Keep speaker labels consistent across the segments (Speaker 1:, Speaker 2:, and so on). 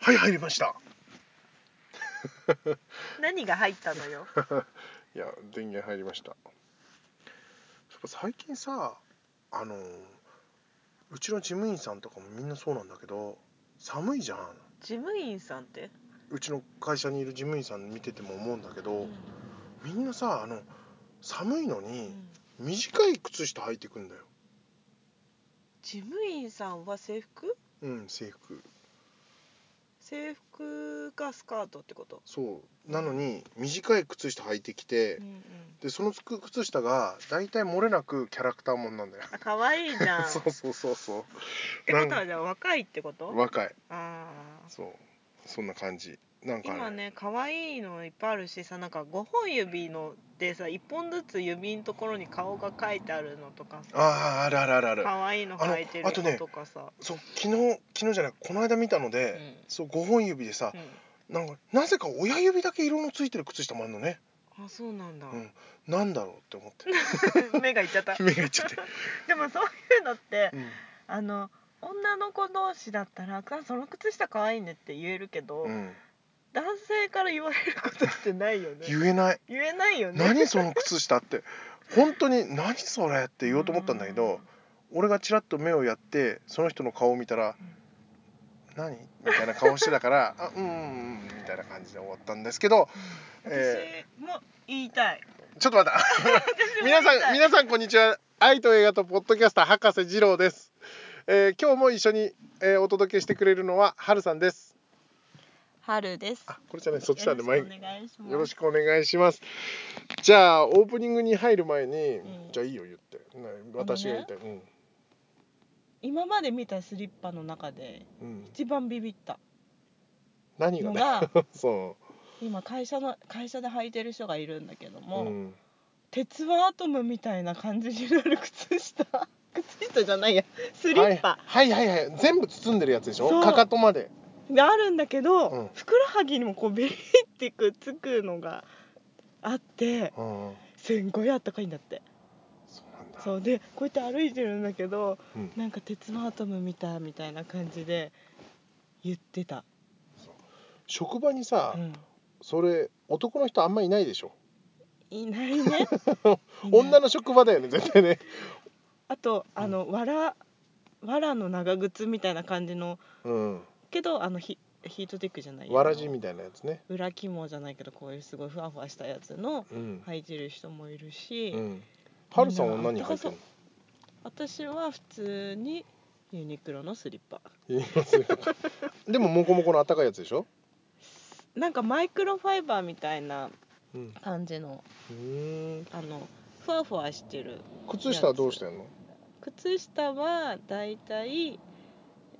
Speaker 1: はい入りました
Speaker 2: 何が入ったのよ
Speaker 1: いや電源入りましたそうか最近さあのうちの事務員さんとかもみんなそうなんだけど寒いじゃん
Speaker 2: 事務員さんって、
Speaker 1: うちの会社にいる事務員さん見てても思うんだけど、みんなさあの寒いのに短い靴下履いてくんだよ
Speaker 2: 事務員さんは制服
Speaker 1: うん制服
Speaker 2: 制服かスカートってこと、
Speaker 1: そうなのに短い靴下履いてきて、でそのつく靴下が大体漏れなくキャラクターもんなんだよ
Speaker 2: あ可愛いじゃん
Speaker 1: そうそうそうそ
Speaker 2: ってことはじゃあ若いってこ
Speaker 1: う
Speaker 2: と
Speaker 1: 若い
Speaker 2: あー
Speaker 1: そうそんな感じなんか
Speaker 2: 今ね可愛いのいっぱいあるしさなんか5本指のでさ1本ずつ指のところに顔が書いてあるのとかさ
Speaker 1: あああるあるあるある
Speaker 2: 可愛いの書いて
Speaker 1: あの
Speaker 2: る
Speaker 1: あとね
Speaker 2: のとかさ、
Speaker 1: そう昨日昨日じゃないこの間見たので、そう5本指でさ
Speaker 2: うん、
Speaker 1: なんかなぜか親指だけ色のついてる靴下もあるのね
Speaker 2: うんあそうなんだ、
Speaker 1: うんなんだろうって思って
Speaker 2: 目がいっち ゃった
Speaker 1: 目がいっちゃって、
Speaker 2: でもそういうのって
Speaker 1: うん
Speaker 2: あの女の子同士だったらあ「その靴下可愛いね」って言えるけど、
Speaker 1: うん、
Speaker 2: 男性から言われることってないよね
Speaker 1: 言えない
Speaker 2: 言えないよね
Speaker 1: 何その靴下って本当に何それって言おうと思ったんだけど、俺がチラッと目をやってその人の顔を見たら「何?」みたいな顔してたから「あうんうんうん」みたいな感じで終わったんですけど、
Speaker 2: うん
Speaker 1: え
Speaker 2: 私も言いたい、
Speaker 1: ーちょっと待った 皆さん皆さんこんにちは愛と映画とポッドキャスター博士二郎です、えー今日も一緒に、えーお届けしてくれるのははるさんです
Speaker 2: 春です
Speaker 1: あこれじゃないそっち
Speaker 2: よ
Speaker 1: なん
Speaker 2: ろ
Speaker 1: で
Speaker 2: しくお
Speaker 1: 前に
Speaker 2: 願いします
Speaker 1: よろしくお願いしますじゃあオープニングに入る前に、
Speaker 2: うん
Speaker 1: じゃあいいよ言ってね私が言いたい、うん
Speaker 2: 今まで見たスリッパの中で
Speaker 1: うん、
Speaker 2: 一番ビビった
Speaker 1: 何が
Speaker 2: の
Speaker 1: ね
Speaker 2: が
Speaker 1: そ
Speaker 2: 今会社の会社で履いてる人がいるんだけど
Speaker 1: う、
Speaker 2: も、
Speaker 1: ん、
Speaker 2: 鉄腕アトムみたいな感じになる靴下 靴下じゃないやスリッパ、
Speaker 1: はい、はいはいはい全部包んでるやつでしょ
Speaker 2: そう
Speaker 1: かかとまで
Speaker 2: があるんだけど、
Speaker 1: うん
Speaker 2: ふくらはぎにもこうベリってくっつくのがあって
Speaker 1: うん
Speaker 2: すんごいあったかいんだって
Speaker 1: そうなんだ
Speaker 2: そうでこうやって歩いてるんだけど
Speaker 1: うん
Speaker 2: なんか鉄のアトム見たみたいな感じで言ってた、
Speaker 1: 職場にさ、
Speaker 2: うん、
Speaker 1: それ男の人あんまいないでしょ
Speaker 2: いな いね
Speaker 1: 女
Speaker 2: の
Speaker 1: の職場だよね絶対ね、
Speaker 2: あとあのわらわらの長靴みたいな感じの
Speaker 1: うん、
Speaker 2: けどあのヒヒートテックじゃない
Speaker 1: わらじみたいなやつね
Speaker 2: 裏肝じゃないけどこういうすごいふわふわしたやつの
Speaker 1: うん、
Speaker 2: 履いてる人もいるし、
Speaker 1: うん、はるさんは何履いて
Speaker 2: そ
Speaker 1: る
Speaker 2: う私は普通にユニクロのスリッパ
Speaker 1: の言いますよでもモコモコのあったかいやつでしょ、
Speaker 2: なんかマイクロファイバーみたいな
Speaker 1: うん、
Speaker 2: 感じの
Speaker 1: うーん
Speaker 2: あのふわふわしてる
Speaker 1: 靴下はどうしてんの
Speaker 2: 靴下はだいたい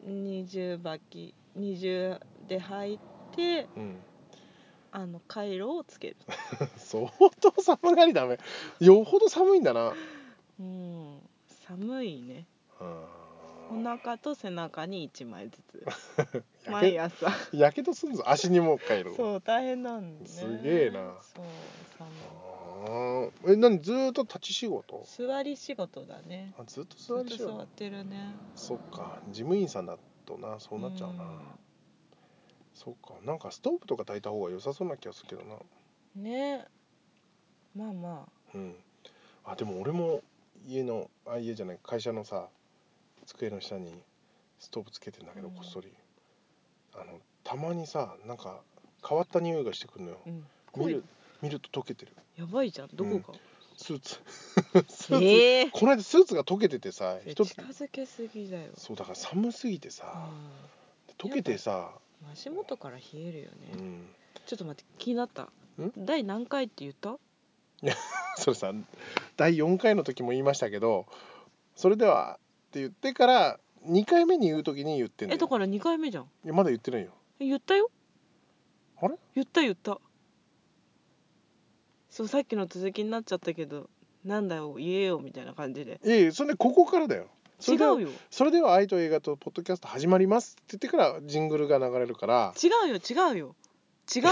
Speaker 2: 20履き20で履いて
Speaker 1: うん
Speaker 2: あの回路をつける
Speaker 1: 相当寒がりだねよほど寒いんだな
Speaker 2: うん寒いね
Speaker 1: う
Speaker 2: お
Speaker 1: ん
Speaker 2: 腹と背中に1枚ずつ
Speaker 1: やけ
Speaker 2: 毎朝
Speaker 1: やけどすんぞ足にもう帰る
Speaker 2: そう大変なんだね
Speaker 1: すげえな
Speaker 2: そう寒
Speaker 1: あーえ何ずーっと立ち仕事
Speaker 2: い座り仕事だね
Speaker 1: あずっと
Speaker 2: ず
Speaker 1: 座
Speaker 2: っ
Speaker 1: り
Speaker 2: と
Speaker 1: 仕
Speaker 2: 座
Speaker 1: 事
Speaker 2: ってるね
Speaker 1: そっか事務員さんだとなそうなっちゃうな、そっかなんかストーブとか炊いた方が良さそうな気がするけどな
Speaker 2: うんねまあまあ
Speaker 1: うんあでも俺も家のあ家じゃない会社のさ机の下にストーブつけてんだけど
Speaker 2: うん
Speaker 1: こっそり、あのたまにさなんか変わった匂いがしてくるのよ
Speaker 2: うん
Speaker 1: 見
Speaker 2: 濃い
Speaker 1: る見ると溶けてる
Speaker 2: やばいじゃんどこか、
Speaker 1: スーツスーツ、
Speaker 2: え え
Speaker 1: この間スーツが溶けててさ
Speaker 2: ー、
Speaker 1: 一つ
Speaker 2: 近づけすぎだよ
Speaker 1: そうだから寒すぎてさ
Speaker 2: う
Speaker 1: 溶けてさ、
Speaker 2: ん足元から冷えるよ
Speaker 1: う
Speaker 2: ね、
Speaker 1: ん、
Speaker 2: ちょっと待って気になった
Speaker 1: ん
Speaker 2: 第何回って言った
Speaker 1: それさ第4回の時も言いましたけどそれではって言ってから2回目に言う時に言ってんの
Speaker 2: え
Speaker 1: よ
Speaker 2: だから2回目じゃん
Speaker 1: いやまだ言ってないよ
Speaker 2: え言ったよ
Speaker 1: あれ
Speaker 2: 言った言ったそうさっきの続きになっちゃったけどなんだよ言えよみたいな感じで
Speaker 1: いやいやそれでここからだよそれ
Speaker 2: 違う
Speaker 1: では
Speaker 2: よ違うよ
Speaker 1: それでは愛と映画とポッドキャスト始まりますって言ってからジングルが流れるから
Speaker 2: 違うよ違うよ
Speaker 1: 違うだ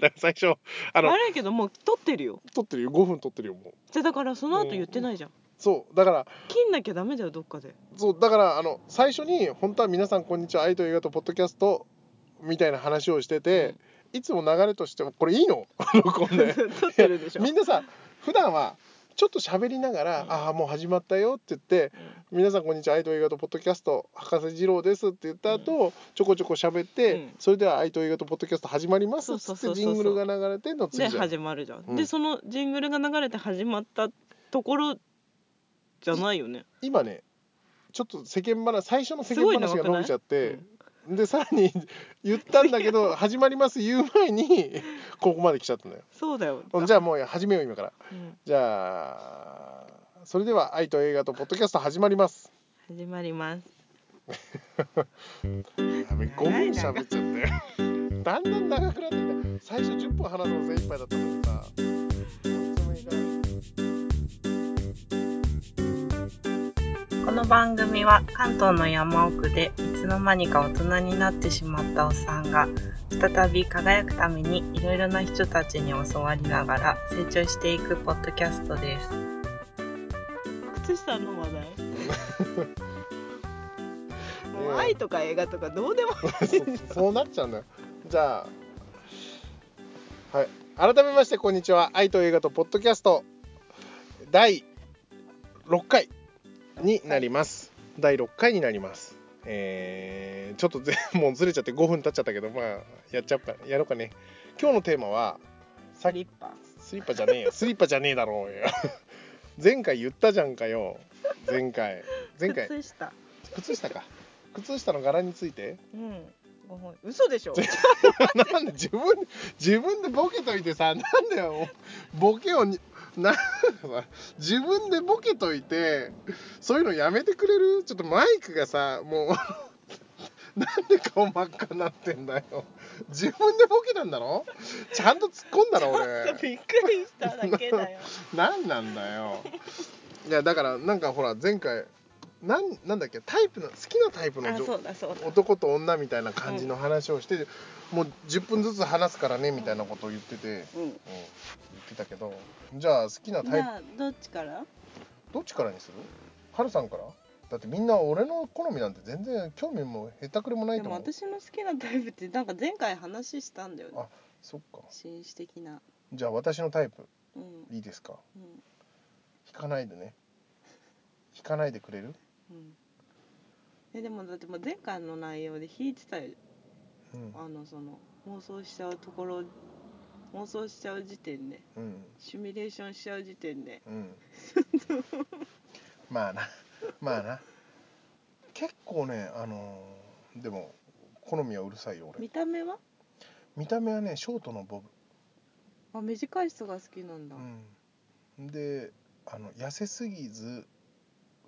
Speaker 1: から最初 あの
Speaker 2: 悪いけどもう撮ってるよ
Speaker 1: 撮ってるよ5分撮ってるよもう
Speaker 2: じゃあだからその後言ってないじゃん
Speaker 1: そうだから
Speaker 2: 切んなきゃダメだよどっかで
Speaker 1: そうだからあの最初に本当は皆さんこんにちは愛と映画とポッドキャストみたいな話をしてて、いつも流れとしてもこれいいの 録音で
Speaker 2: 撮ってるでし ょ
Speaker 1: みんなさ普段はちょっと喋りながら「
Speaker 2: うん
Speaker 1: ああもう始まったよ」って言って「皆さんこんにちは愛と映画とポッドキャスト博士二郎です」って言った後、ちょこちょこ喋って、
Speaker 2: うん
Speaker 1: それでは愛と映画とポッドキャスト始まります」っつ
Speaker 2: そ
Speaker 1: っ
Speaker 2: うそうそ
Speaker 1: て
Speaker 2: うそう
Speaker 1: ジングルが流れてんの次
Speaker 2: で
Speaker 1: じゃん
Speaker 2: 始まるじゃん、
Speaker 1: うん
Speaker 2: でそのジングルが流れて始まったところじゃないよね
Speaker 1: 今ねちょっと世間話最初の世
Speaker 2: すご
Speaker 1: 間
Speaker 2: い長
Speaker 1: 話
Speaker 2: くない
Speaker 1: が伸びちゃって
Speaker 2: う、ん
Speaker 1: でさらに 言ったんだけ ど始まります言う前にここまで来ちゃったんだよ。
Speaker 2: そうだよ
Speaker 1: じゃあもう始めよう今から。
Speaker 2: うん
Speaker 1: じゃあそれでは愛と映画とポッドキャスト始まります。
Speaker 2: 始まります
Speaker 1: やべ5分喋っちゃって だんだん長くなってきた最初10分話すの精一杯だったんだけどさもういつもいいから
Speaker 2: この番組は関東の山奥でいつの間にか大人になってしまったおっさんが再び輝くためにいろいろな人たちに教わりながら成長していくポッドキャストです靴下 の話題もう愛とか映画とかどうでもい
Speaker 1: そそうなっちゃうんだよじゃあはい改めましてこんにちは愛と映画とポッドキャスト第6回になります第6回になりますえーちょっとぜ もうずれちゃって5分経っちゃったけどまあやっちゃおうかやろうかね今日のテーマはいさっき
Speaker 2: リッパ
Speaker 1: スリッパじゃねえよ。スリッパじゃねえだろうよ。 前回言ったじゃんかよ。前回。前回。
Speaker 2: 靴下
Speaker 1: 靴下か。靴下の柄について。
Speaker 2: うんご本嘘でしょ
Speaker 1: なんで自分で、自分でボケといてさ、なんだよ。ボケをに、なんか さ、自分でボケといて、そういうのやめてくれるちょっとマイクがさ、もう、 なんで顔真っ赤になってんだよ。自分でボケたんだろちゃんと突っ込んだろ俺。
Speaker 2: びっくりしただ けだよ
Speaker 1: なんなんだよいやだからなんかほら前回なんなんだっけタイプの好きなタイプの
Speaker 2: あ
Speaker 1: 女
Speaker 2: そうだそうだ
Speaker 1: 男と女みたいな感じの話をして、もう10分ずつ話すからねみたいなことを言ってて、うん、言
Speaker 2: うん
Speaker 1: ってたけどじゃあ好きなタ
Speaker 2: じ
Speaker 1: イプ
Speaker 2: ゃあどっちから
Speaker 1: どっちからにするはるさんからだってみんな俺の好みなんて全然興味もへったくれもない
Speaker 2: で
Speaker 1: と
Speaker 2: も
Speaker 1: 思う
Speaker 2: 私の好きなタイプってなんか前回話したんだよね
Speaker 1: あそっか
Speaker 2: 紳士的な
Speaker 1: じゃあ私のタイプ
Speaker 2: うん
Speaker 1: いいですか
Speaker 2: うん
Speaker 1: 引かないでね引かないでくれる
Speaker 2: うんえでもだってもう前回の内容で引いてたよ
Speaker 1: うん
Speaker 2: あのその妄想しちゃうところ妄想しちゃう時点で
Speaker 1: うん
Speaker 2: シミュレーションしちゃう時点で
Speaker 1: うん、まあなまあな結構ねあのーでも好みはうるさいよ俺
Speaker 2: 見た目は
Speaker 1: 見た目はねショートのボ
Speaker 2: あ短い人が好きなんだ
Speaker 1: ブ、うん、であの痩せすぎず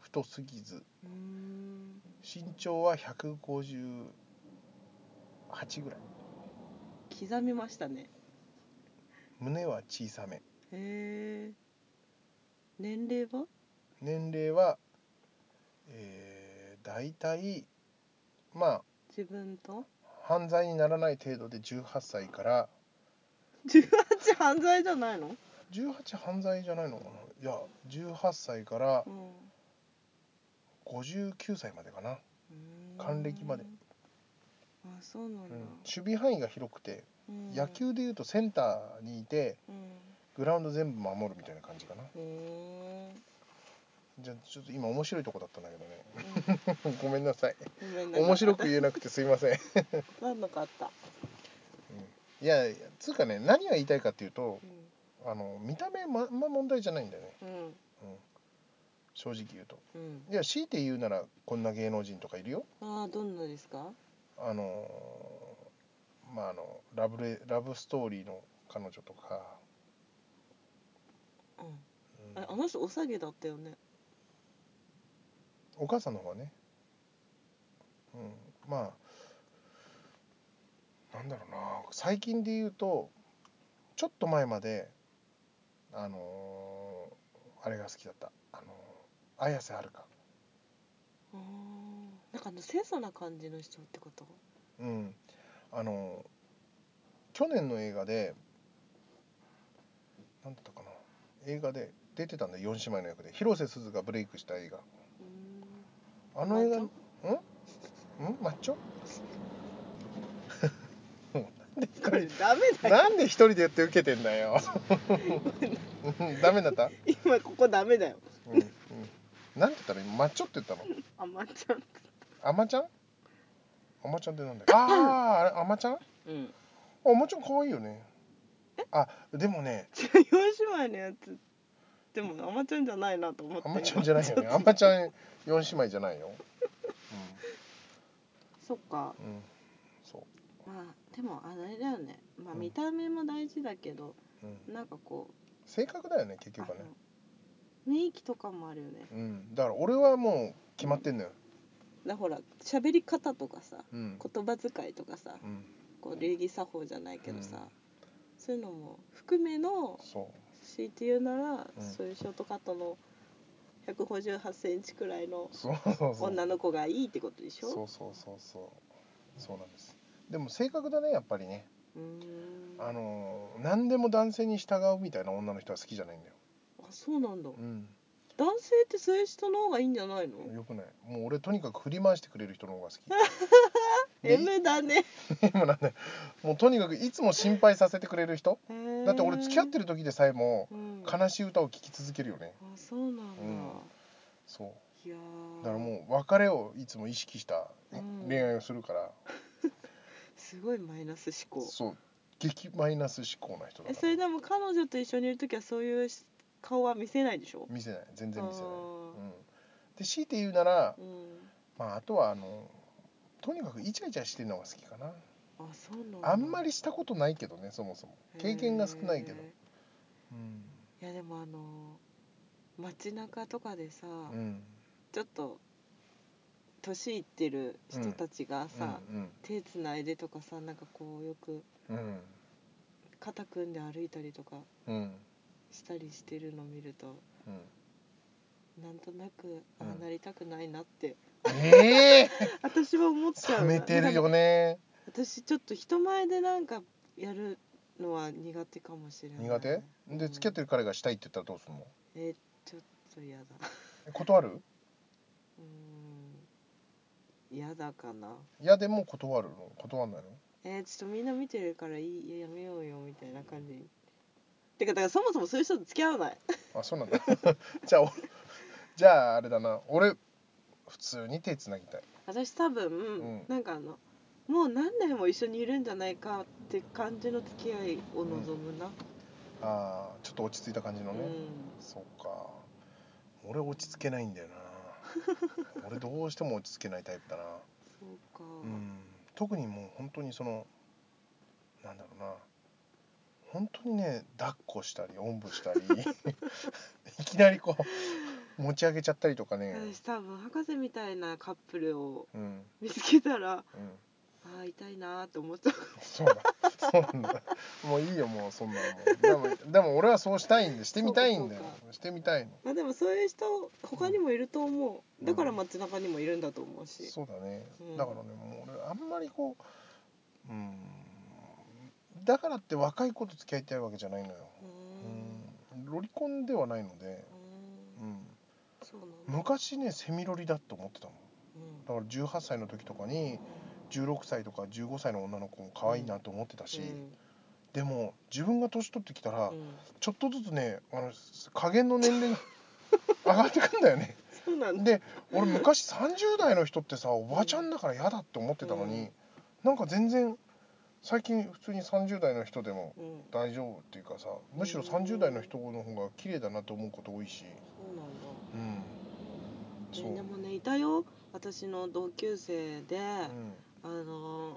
Speaker 1: 太すぎず
Speaker 2: うーん
Speaker 1: 身長は158ぐらい
Speaker 2: 刻みましたね
Speaker 1: 胸は小さめ
Speaker 2: へえ年齢は
Speaker 1: 年齢はえー、大体まあ
Speaker 2: 自分と
Speaker 1: 犯罪にならない程度で18歳から
Speaker 2: 18犯罪じゃないの、
Speaker 1: 18犯罪じゃないのかないや18歳から
Speaker 2: うん
Speaker 1: 59歳までかな、
Speaker 2: うーん
Speaker 1: 還暦まで
Speaker 2: あそうなん
Speaker 1: うん
Speaker 2: だ、
Speaker 1: 守備範囲が広くて、
Speaker 2: うん
Speaker 1: 野球でいうとセンターにいて
Speaker 2: うん
Speaker 1: グラウンド全部守るみたいな感じかな
Speaker 2: へ
Speaker 1: じゃあちょっと今面白いとこだったんだけどね
Speaker 2: ー
Speaker 1: ごめんなさい
Speaker 2: うんごめんなさい
Speaker 1: 面白く言えなくてすいません
Speaker 2: なんなかった、
Speaker 1: いやいやつうかね何が言いたいかっていうと
Speaker 2: う
Speaker 1: あの見た目まあんま問題じゃないんだよね
Speaker 2: んうん
Speaker 1: 正直言うと
Speaker 2: うん、
Speaker 1: いや強いて言うならこんな芸能人とかいるよ
Speaker 2: ああどんなですか
Speaker 1: あのーまああのラブレラブストーリーの彼女とか、
Speaker 2: うん
Speaker 1: うん
Speaker 2: ああの人お下げだったよね
Speaker 1: お母さんの方はね、うん、まあなんだろうな最近で言うとちょっと前まであのーあれが好きだった、あのー綾瀬はるか、
Speaker 2: あーなんかあの清楚な感じの人ってこと
Speaker 1: うんあのー去年の映画でなんだったかな映画で出てたんだよ4姉妹の役で広瀬すずがブレイクした映画
Speaker 2: うーん
Speaker 1: あの映画
Speaker 2: マッ
Speaker 1: んマッチョこれ
Speaker 2: ダメだよ
Speaker 1: なんで一人で言って受けてんだよ うんダメだった、
Speaker 2: 今ここダメだよ
Speaker 1: うんうん、なんて言ったら今マッチョって言ったの
Speaker 2: あまちゃん
Speaker 1: アマちゃんアマちゃんってなんだよあーあれアマちゃんあ
Speaker 2: うん
Speaker 1: アマちゃん可愛いよねあでもね
Speaker 2: じゃあ4姉妹のやつでもアマちゃんじゃないなと思って
Speaker 1: アマちゃんじゃないよねアマちゃん四姉妹じゃないよ
Speaker 2: そっか
Speaker 1: うん、うん、そう
Speaker 2: まあでもあれだよねまあ
Speaker 1: うん
Speaker 2: 見た目も大事だけど、
Speaker 1: うん
Speaker 2: なんかこ
Speaker 1: 性格だよね結
Speaker 2: うあ
Speaker 1: 局はね
Speaker 2: の雰囲気とかもあるよね
Speaker 1: うんだから俺はもう決まってんのよ
Speaker 2: だほら喋り方とかさ
Speaker 1: うん、
Speaker 2: 言葉遣いとかさ
Speaker 1: うん、
Speaker 2: こう礼儀作法じゃないけどさ、
Speaker 1: うん
Speaker 2: そういうのも含めの
Speaker 1: そ
Speaker 2: 強いて言うなら、
Speaker 1: うん
Speaker 2: そういうショートカットの158センチくらいの
Speaker 1: うそうそうそう
Speaker 2: 女の子がいいってことでしょ
Speaker 1: そうそうそうそうそうなんですでも性格だねやっぱりね
Speaker 2: うーん
Speaker 1: あ
Speaker 2: あ
Speaker 1: のー何でも男性に従うみたいな女の人は好きじゃないんだよ、
Speaker 2: そうなんだ
Speaker 1: うん、
Speaker 2: 男性ってそういう人の方がいいんじゃないの
Speaker 1: よくないもう俺とにかく振り回してくれる人の方が好き で
Speaker 2: 夢だね
Speaker 1: いつもなんだよもうとにかくいつも心配させてくれる人だって俺付き合って
Speaker 2: る、
Speaker 1: る時でさえも
Speaker 2: うん、あ
Speaker 1: 悲しい歌を聴き続けるよね
Speaker 2: そうなんだ、
Speaker 1: うんそう
Speaker 2: いやー
Speaker 1: だからもう別れをいつも意識した
Speaker 2: うん
Speaker 1: 恋愛をするから、
Speaker 2: すごいマイナス思考
Speaker 1: そう激マイナス思考な人だ
Speaker 2: え
Speaker 1: か
Speaker 2: そ
Speaker 1: ら
Speaker 2: れでも彼女と一緒にいる時はそういうし顔は見せないでしょ
Speaker 1: 見せない全然見せない、うん
Speaker 2: あ、
Speaker 1: で強いて言うなら
Speaker 2: ー、うん
Speaker 1: まあ、あとはあのとにかくイチャイチャしてるのが好きかな
Speaker 2: あそうなんだ
Speaker 1: あんまりしたことないけどねそもそも経験が少ないけど
Speaker 2: へ
Speaker 1: うん
Speaker 2: ーいやでもあのー街中とかでさ、
Speaker 1: うん
Speaker 2: ちょっと年いってる人たちがさ、
Speaker 1: うん
Speaker 2: 手つないでとかさなんかこうよく
Speaker 1: うん
Speaker 2: 肩組んで歩いたりとか
Speaker 1: うん
Speaker 2: したりしてるの見ると
Speaker 1: うん
Speaker 2: なんとなくあ
Speaker 1: うん
Speaker 2: あなりたくないなって、
Speaker 1: ええ
Speaker 2: 私は思っちゃ
Speaker 1: ー、
Speaker 2: う
Speaker 1: 冷め
Speaker 2: な
Speaker 1: てる
Speaker 2: なんか
Speaker 1: よね
Speaker 2: 私ちょっと人前でなんかやるのは苦手かもしれない
Speaker 1: 苦手で付き合って
Speaker 2: る
Speaker 1: る彼がしたいって言ったらどうするの
Speaker 2: えちょっと嫌だ
Speaker 1: え断る
Speaker 2: うーん嫌だかない
Speaker 1: やでも断るの断んないの
Speaker 2: えー、ちょっとみんな見てるからいいいややめようよみたいな感じてかだからそもそもそういう人と付き合わない
Speaker 1: あそうなんだ じゃあおじゃああれだな俺普通に手つなぎたい
Speaker 2: 私多分、
Speaker 1: ん
Speaker 2: なんかあのもう何年も一緒にいるんじゃないかって感じの付き合いを望むな、
Speaker 1: あーちょっと落ち着いた感じ
Speaker 2: う
Speaker 1: の
Speaker 2: ん
Speaker 1: ね、そうか俺落ち着けないんだよな俺どうしても落ち着けないタイプだな
Speaker 2: そうか、
Speaker 1: うん特にもう本当にそのなんだろうな本当にね抱っこしたりおんぶしたりいきなりこう持ち上げちゃったりとかね
Speaker 2: 私多分博士みたいなカップルを
Speaker 1: うんうん
Speaker 2: 見つけたらああ痛いなーって思っちゃう
Speaker 1: そうだそうなんだもういいよもうそんなのもうでもでも俺はそうしたいんでしてみたいんだよ
Speaker 2: そうか
Speaker 1: してみたいの
Speaker 2: まあでもそういう人他にもいると思うだから
Speaker 1: うん
Speaker 2: 街中にもいるんだと思うし、
Speaker 1: そうだね、
Speaker 2: うん
Speaker 1: だからねもう俺あんまりこううんだからって若い子と付き合いたいわけじゃないのよ、
Speaker 2: うーん
Speaker 1: うん、ロリコンではないので、
Speaker 2: う
Speaker 1: う
Speaker 2: ーん
Speaker 1: ん、
Speaker 2: そうなんだ、
Speaker 1: 昔ねセミロリだと思ってたの
Speaker 2: うん
Speaker 1: だから18歳の時とかに16歳とか15歳の女の子も可愛いなと思ってたし、でも自分が年取ってきたら、
Speaker 2: うんうん
Speaker 1: ちょっとずつねあの加減の年齢が 上がってくんだよね
Speaker 2: そうなんだ
Speaker 1: で俺昔30代の人ってさおばちゃんだから嫌だって思ってたのに、
Speaker 2: うん
Speaker 1: なんか全然最近普通に30代の人でも
Speaker 2: うん
Speaker 1: 大丈夫っていうかさむしろ30代の人の方が綺麗だなと思うこと多いし、
Speaker 2: そうなんだ
Speaker 1: うん、
Speaker 2: え
Speaker 1: そう、う
Speaker 2: で
Speaker 1: ん
Speaker 2: もねいたよ私の同級生で、あのー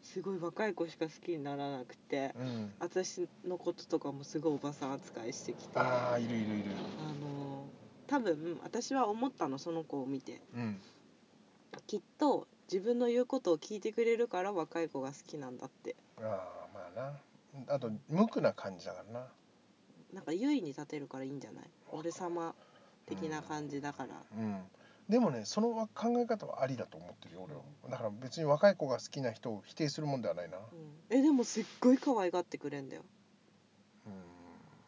Speaker 2: すごい若い子しか好きにならなくて
Speaker 1: うん、
Speaker 2: 私のこととかもすごいおばさん扱いしてきて
Speaker 1: ああいるいるいる、
Speaker 2: あの多分私は思ったのその子を見て
Speaker 1: うん、
Speaker 2: きっと自分の言うことを聞いてくれるから若い子が好きなんだって
Speaker 1: ああまあなあと無垢な感じだからな
Speaker 2: なんか優位に立てるからいいんじゃない俺様的な感じだから、
Speaker 1: うん、でもねその考え方はありだと思ってるよ俺はだから別に若い子が好きな人を否定するもんではないな、
Speaker 2: うんえでもすっごい可愛がってくれんだよ
Speaker 1: うん、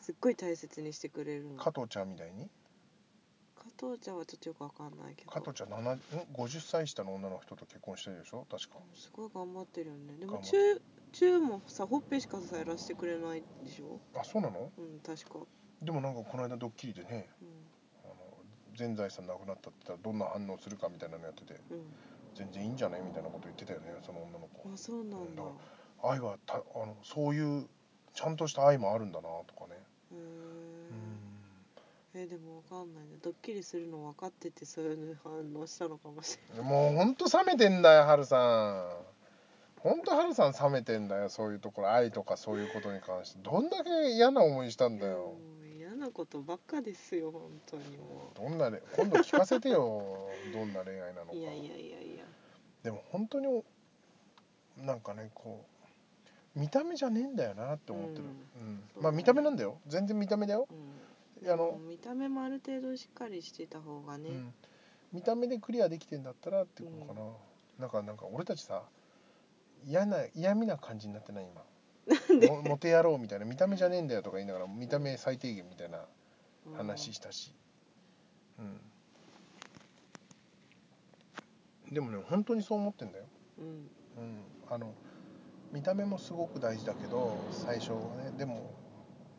Speaker 2: すっごい大切にしてくれるの加
Speaker 1: 加藤ちゃんみたいに
Speaker 2: 藤藤ちゃんはちょっとよくわかんないけど
Speaker 1: 加藤ちゃん7ん50歳下の女の人と結婚してるでしょ確か
Speaker 2: すごい頑張ってるよねでも
Speaker 1: 頑張って
Speaker 2: 中中もさほっぺしかさやらせてくれないでしょ
Speaker 1: あそうなの
Speaker 2: うん確か、
Speaker 1: でもなんかこの間ドッキリでね
Speaker 2: う
Speaker 1: あの全財産なくなったって言ったらどんな反応するかみたいなのやってて
Speaker 2: んう
Speaker 1: 全然いいんじゃないみたいなこと言ってたよねその女の子
Speaker 2: ん、あそうなんだ
Speaker 1: うん愛はたあのそういうちゃんとした愛もあるんだなとかね
Speaker 2: へ
Speaker 1: う
Speaker 2: ー
Speaker 1: ん
Speaker 2: えでもわかんないねドッキリするの分かっててそういう反応したのかもし
Speaker 1: もうほんと冷めてんだよハルさんほんとハルさん冷めてんだよそういうところ愛とかそういうことに関してどんだけ嫌な思いしたん
Speaker 2: れな
Speaker 1: だ
Speaker 2: い
Speaker 1: よ
Speaker 2: もう嫌なことばっかですよ本当にも
Speaker 1: どんなれ今度聞かせてよ どんな恋愛なのか
Speaker 2: ういやいやいやいや
Speaker 1: でも本当になんかねこう見た目じゃねえんだよなって思ってる、うん
Speaker 2: そ
Speaker 1: ま
Speaker 2: うだ
Speaker 1: あ
Speaker 2: ね
Speaker 1: 見た目なんだよ全然見た目だよ
Speaker 2: う
Speaker 1: あ
Speaker 2: んもう
Speaker 1: の、
Speaker 2: 見た目もある程度しっかりしてた方が
Speaker 1: う
Speaker 2: ね、
Speaker 1: ん、見た目でクリアできてんだったらってことかな、なんかなんか俺たちさ嫌な嫌味な感じになってない今もモテ野郎みたいな見た目じゃねえんだよとか言いながら見た目最低限みたいな
Speaker 2: うん
Speaker 1: 話したし、うん、でもね本当にそう思ってんだよ、
Speaker 2: うん
Speaker 1: うん、あの見た目もすごく大事だけど最初はねでも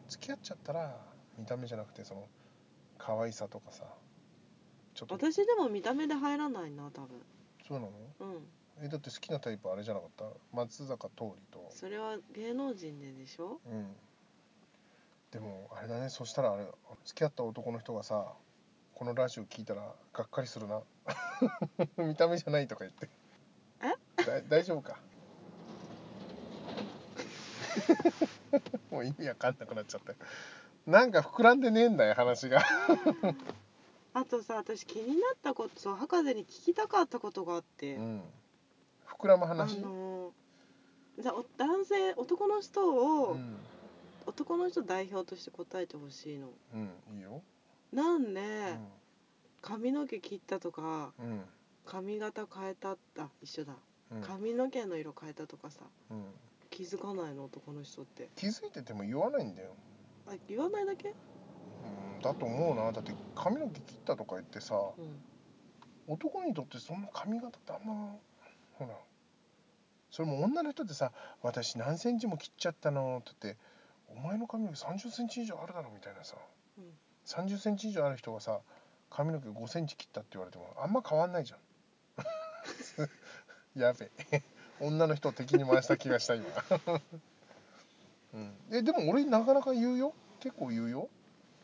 Speaker 1: 付き合っちゃったら見た目じゃなくてその可愛さとかさちょっと
Speaker 2: 私でも見た目で入らないな多分
Speaker 1: そうなの
Speaker 2: うん
Speaker 1: えだって好きなタイプあれじゃなかった松坂桃李と
Speaker 2: それは芸能人ででしょ
Speaker 1: うんでもあれだねそしたらあれ付き合った男の人がさこのラジオ聞いたらがっかりするな 見た目じゃないとか言ってだ大丈夫か もう意味わかんなくなっちゃったよなんか膨らんでねえんだよ話が
Speaker 2: あとさ私気になったことそう博士に聞きたかったことがあって、
Speaker 1: うん膨らむ
Speaker 2: あ
Speaker 1: 話、
Speaker 2: のーじゃあお男性男の人
Speaker 1: う
Speaker 2: を、
Speaker 1: ん
Speaker 2: 男の人代表として答えてほしいの
Speaker 1: うんいいよ、
Speaker 2: なんで、
Speaker 1: うん
Speaker 2: 髪の毛切ったとか
Speaker 1: うん
Speaker 2: 髪型変えたった一緒だ、
Speaker 1: うん
Speaker 2: 髪の毛の色変えたとかさ
Speaker 1: うん、
Speaker 2: 気づかないの男の人って
Speaker 1: 気づいてても言わないんだよ
Speaker 2: あ言わないだけ
Speaker 1: うんだと思うなだって髪の毛切ったとか言ってさ
Speaker 2: うん
Speaker 1: 男にとってそんな髪型ってあんまほらそれも女の人ってさ「私何センチも切っちゃったの」って言って「お前の髪の毛3 0センチ以上あるだろ」みたいなさ、
Speaker 2: うん
Speaker 1: 3 0ンチ以上ある人がさ髪の毛5センチ切ったって言われてもあんま変わん ないじゃんやべえ女の人を敵に回した気がした今、うん、えでも俺なかなか言うよ結構言うよ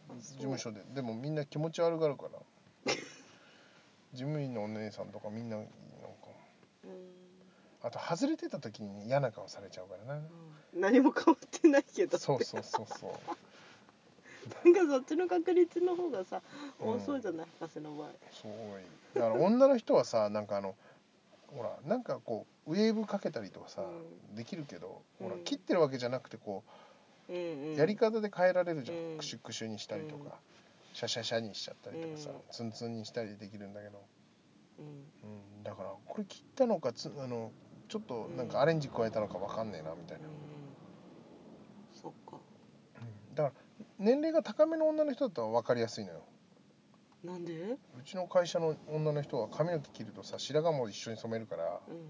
Speaker 2: あ
Speaker 1: 事
Speaker 2: そう
Speaker 1: 務所ででもみんな気持ち悪がるから事務員のお姉さんとかみんななんか
Speaker 2: うん
Speaker 1: あと外れてた時に嫌な顔されちゃうからな
Speaker 2: うん何も変わってないけど
Speaker 1: そうそうそうそう
Speaker 2: なんかそっちの確率の方がさ
Speaker 1: うん
Speaker 2: 多そうじゃない、博士の場合
Speaker 1: そういだから女の人はさなんかあのほらなんかこうウェーブかけたりとかさ、
Speaker 2: う
Speaker 1: できるけどほら
Speaker 2: うん
Speaker 1: 切ってるわけじゃなくてこ
Speaker 2: うんう
Speaker 1: うんやり方で変えられるじゃん、
Speaker 2: うん
Speaker 1: クシュクシュにしたりとか、
Speaker 2: うん
Speaker 1: シャシャシャにしちゃったりとかさ、
Speaker 2: うん
Speaker 1: ツンツンにしたりできるんだけど、
Speaker 2: うん
Speaker 1: うん、だからこれ切ったのかつあのちょっとなん
Speaker 2: う
Speaker 1: か
Speaker 2: ん
Speaker 1: アレンジ加えたのかわかんねえなみたいな、
Speaker 2: そっか
Speaker 1: うんだから年齢が高めの女の人だったら分かりやすいのよ
Speaker 2: なんで
Speaker 1: うちの会社の女の人は髪の毛切るとさ白髪も一緒に染めるから
Speaker 2: うん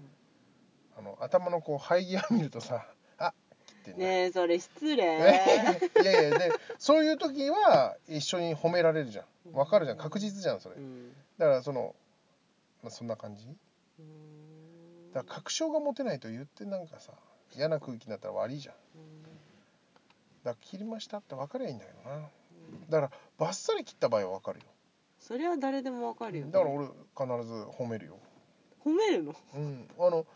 Speaker 1: あの頭のこう生え際見るとさあ切ってんだ、
Speaker 2: ねえそれ失礼
Speaker 1: いやいやでそういう時は一緒に褒められるじゃん分かるじゃん確実じゃんそれ
Speaker 2: うん
Speaker 1: だからその、まあ、そんな感じ
Speaker 2: うーん
Speaker 1: だから確証が持てないと言ってなんかさ嫌な空気になったら悪いじゃん
Speaker 2: うん
Speaker 1: だから切りましたって分かりゃいいんだけどなだからバッサリ切った場合は分かるよ
Speaker 2: それは誰でもわかるよ
Speaker 1: だから俺必ず褒めるよ
Speaker 2: 褒めるのあ
Speaker 1: うんあの、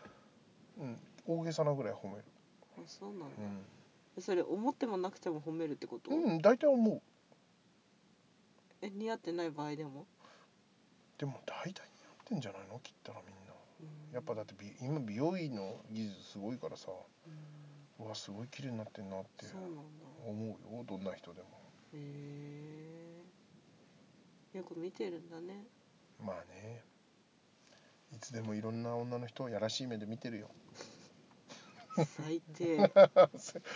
Speaker 1: うん、大げさなぐらい褒める
Speaker 2: そうなの、
Speaker 1: う
Speaker 2: それ思ってもなくても褒めるってこと、
Speaker 1: ん、うん、大体思う
Speaker 2: え似合ってない場合でも、
Speaker 1: でも大体似合ってんじゃないの切ったらみんな
Speaker 2: うん
Speaker 1: やっぱだって美今美容院の技術すごいからさ
Speaker 2: うん
Speaker 1: うわすごい綺麗になってんなって
Speaker 2: そうなんだ
Speaker 1: 思うよどんな人でも
Speaker 2: へえよく見てるんだね
Speaker 1: まあねいつでもいろんな女の人をやらしい目で見てるよ
Speaker 2: 最低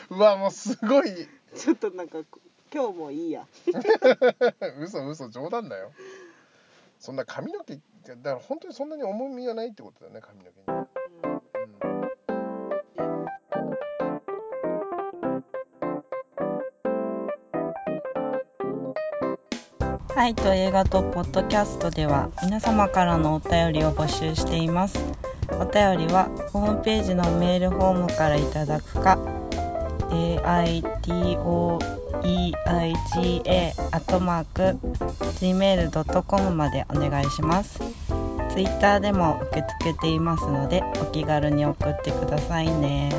Speaker 1: うわもうすごい
Speaker 2: ちょっとなんか今日もいいや
Speaker 1: 嘘嘘冗談だよそんな髪の毛だから本当にそんなに重みがないってことだよね髪の毛に。うん
Speaker 3: はいと映画とポッドキャストでは皆様からのお便りを募集していますお便りはホームページのメールフォームからいただくか aitoeiga.gmail.com までお願いしますツイッターでも受け付けていますのでお気軽に送ってくださいね